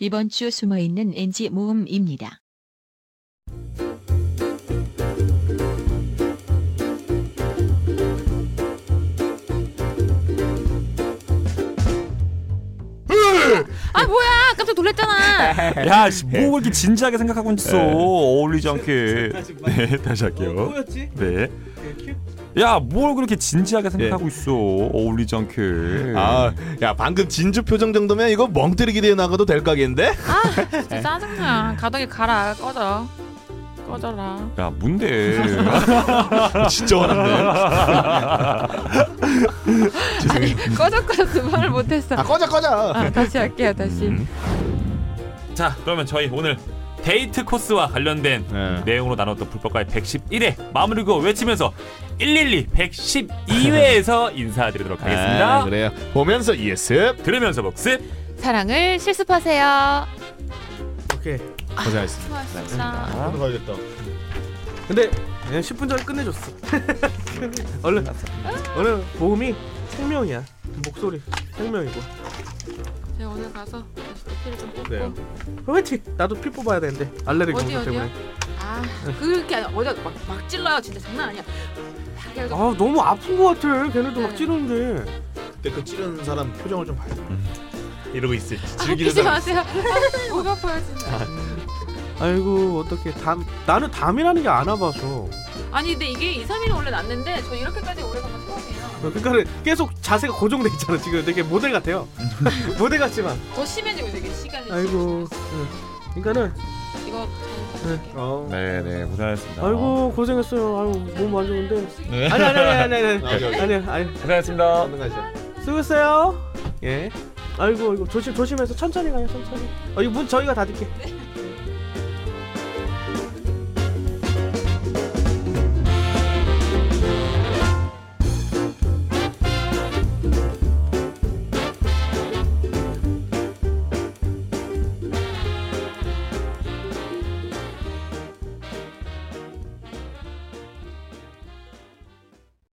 이번 주 숨어있는 NG 모음입니다. 아 뭐야 깜짝 놀랐잖아 야, 씨, 뭐 그렇게 진지하게 생각하고 있어. 예. 어울리지 않게. 네, 다시 어, 할게요. 뭐였지? 네. 큐? 야, 뭘 그렇게 진지하게 예. 생각하고 있어. 어울리지 않게. 아, 야 방금 진주 표정 정도면 이거 멍때리기 대회 나가도 될 각인데? 네. 진짜 짜증나 가덕이 가라 꺼져 꺼져라 야, 뭔데? 진짜 화났네. 아니 꺼져 꺼져 그 말을 못했어 아 꺼져 꺼져. 아, 다시 할게요 다시 자 그러면 저희 오늘 데이트 코스와 관련된 네. 내용으로 나눴던 불법과의 111회 마무리 고 외치면서 112 112회에서 인사드리도록 하겠습니다 아, 그래요. 보면서 예습 들으면서 복습 사랑을 실습하세요 오케이. 고생했습니다. 수고하셨습니다 나도 가야겠다. 근데 그냥 10분 전에 끝내줬어. 얼른 얼른 모음이 생명이야. 목소리 생명이고. 제가 오늘 가서 다시 커피를 좀 뽑고 그래요. 화이팅. 나도 피 뽑아야 되는데 알레르기 어디, 검사 때문에. 아 그렇게 아니라 어디 막, 막 찔러요 진짜 장난 아니야 막 이렇게 아 너무 아픈 거 같아. 걔네도 네. 막 찌르는데. 근데 그 찌르는 사람 표정을 좀 봐야 돼. 이러고 있어. 아, 웃기지 즐기는 사람. 마세요 아, 목 아파요 진짜 아이고 어떻게 담 나는 담이라는 게 안 와봐서. 아니 근데 이게 2, 3일이 원래 났는데 저 이렇게까지 오래 가면 처음이에요 그러니까 계속 자세가 고정돼 있잖아 지금 되게 모델 같아요. 모델 같지만. 더 심해지고 되게 시간이 아이고. 응. 그러니까는 이거 네. 어. 네, 네, 고생하셨습니다. 아이고 고생했어요. 아유 몸 안 좋은데. 네. 아니 아니 아니 아니 아, 오케이, 아니 오케이. 아니 아니. 고생하셨습니다. 얼른 가자. 수고했어요. 예. 아이고 이거 조심 조심해서 천천히 가요 천천히. 어, 이문 저희가 닫을게. 예.